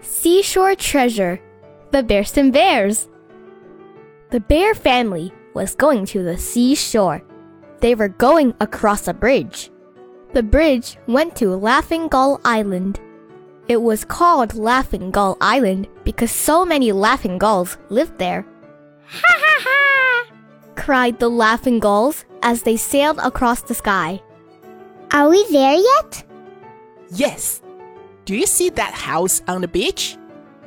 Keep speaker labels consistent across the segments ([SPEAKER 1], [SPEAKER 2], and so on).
[SPEAKER 1] Seashore Treasure The Bearson Bears. The bear family was going to the seashore. They were going across a bridge. The bridge went to Laughing Gull Island. It was called Laughing Gull Island because so many laughing gulls lived there. Ha ha ha! cried the laughing gulls as they sailed across the sky.
[SPEAKER 2] Are we there yet?
[SPEAKER 3] Yes. Do you see that house on the beach?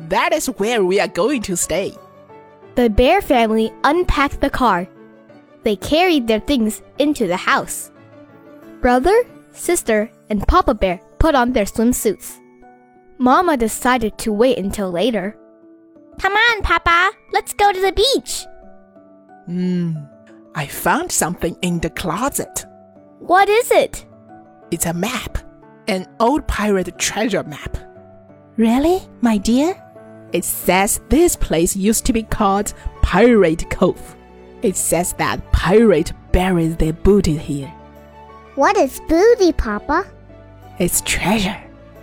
[SPEAKER 3] That is where we are going to stay.
[SPEAKER 1] The bear family unpacked the car. They carried their things into the house. Brother, sister, and Papa Bear put on their swimsuits. Mama decided to wait until later.
[SPEAKER 2] Come on, Papa. Let's go to the beach.
[SPEAKER 3] Hmm. I found something in the closet.
[SPEAKER 1] What is it?
[SPEAKER 3] It's a map. An old pirate treasure map.
[SPEAKER 4] Really, my dear?
[SPEAKER 3] It says this place used to be called Pirate Cove. It says that pirate buries their booty here.
[SPEAKER 2] What is booty, Papa?
[SPEAKER 3] It's treasure.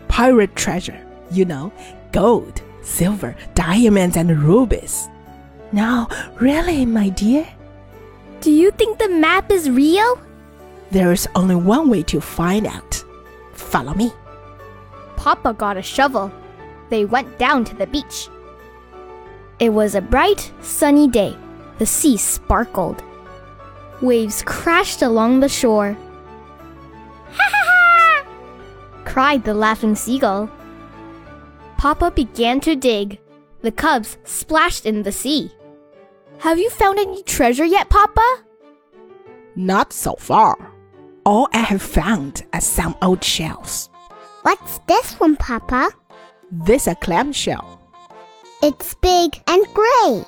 [SPEAKER 3] Pirate treasure. You know, gold, silver, diamonds, and rubies.
[SPEAKER 4] No, really, my dear?
[SPEAKER 1] Do you think the map is real?
[SPEAKER 3] There is only one way to find out. Follow me.
[SPEAKER 1] Papa got a shovel. They went down to the beach. It was a bright, sunny day. The sea sparkled. Waves crashed along the shore. Ha ha ha! cried the laughing seagull. Papa began to dig. The cubs splashed in the sea. Have you found any treasure yet, Papa?
[SPEAKER 3] Not so far. All I have found are some old shells.
[SPEAKER 2] What's this one, Papa?
[SPEAKER 3] This a clamshell.
[SPEAKER 2] It's big and gray.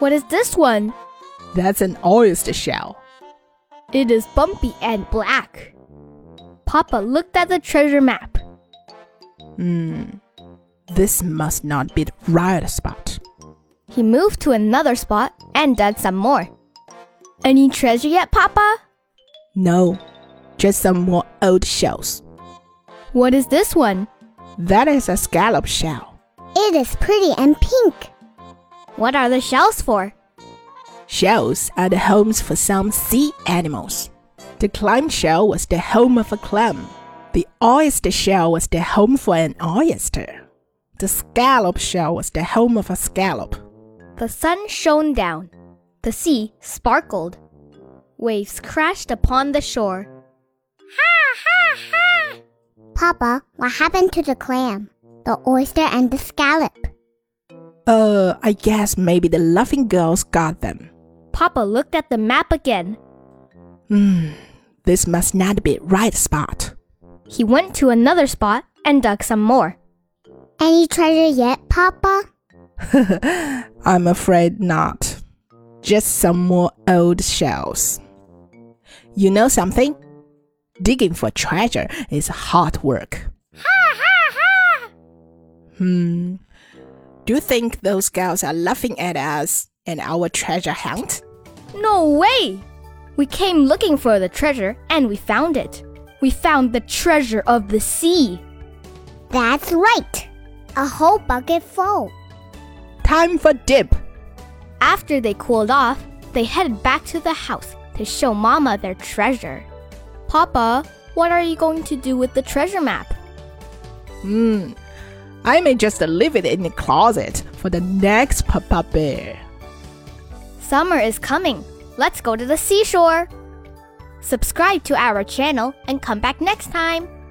[SPEAKER 1] What is this one?
[SPEAKER 3] That's an oyster shell.
[SPEAKER 1] It is bumpy and black. Papa looked at the treasure map.
[SPEAKER 3] Hmm. This must not be the right spot.
[SPEAKER 1] He moved to another spot and dug some more. Any treasure yet, Papa?
[SPEAKER 3] No, just some more old shells.
[SPEAKER 1] What is this one?
[SPEAKER 3] That is a scallop shell.
[SPEAKER 2] It is pretty and pink.
[SPEAKER 1] What are the shells for?
[SPEAKER 3] Shells are the homes for some sea animals. The clam shell was the home of a clam. The oyster shell was the home for an oyster. The scallop shell was the home of a scallop.
[SPEAKER 1] The sun shone down. The sea sparkled. Waves crashed upon the shore.
[SPEAKER 2] Papa, what happened to the clam, the oyster, and the scallop?
[SPEAKER 3] Uh, I guess maybe the laughing girls got them.
[SPEAKER 1] Papa looked at the map again.
[SPEAKER 3] Hmm, this must not be right spot.
[SPEAKER 1] He went to another spot and dug some more.
[SPEAKER 2] Any treasure yet, Papa?
[SPEAKER 3] I'm afraid not. Just some more old shells. You know something? Digging for treasure is hard work. hmm. Do you think those girls are laughing at us and our treasure hunt?
[SPEAKER 1] No way! We came looking for the treasure and we found it. We found the treasure of the sea.
[SPEAKER 2] That's right. A whole bucket full.
[SPEAKER 3] Time for dip!
[SPEAKER 1] After they cooled off, they headed back to the house to show Mama their treasure. Papa, what are you going to do with the treasure map?
[SPEAKER 3] Hmm. I may just leave it in the closet for the next Papa Bear.
[SPEAKER 1] Summer is coming. Let's go to the seashore. Subscribe to our channel and come back next time.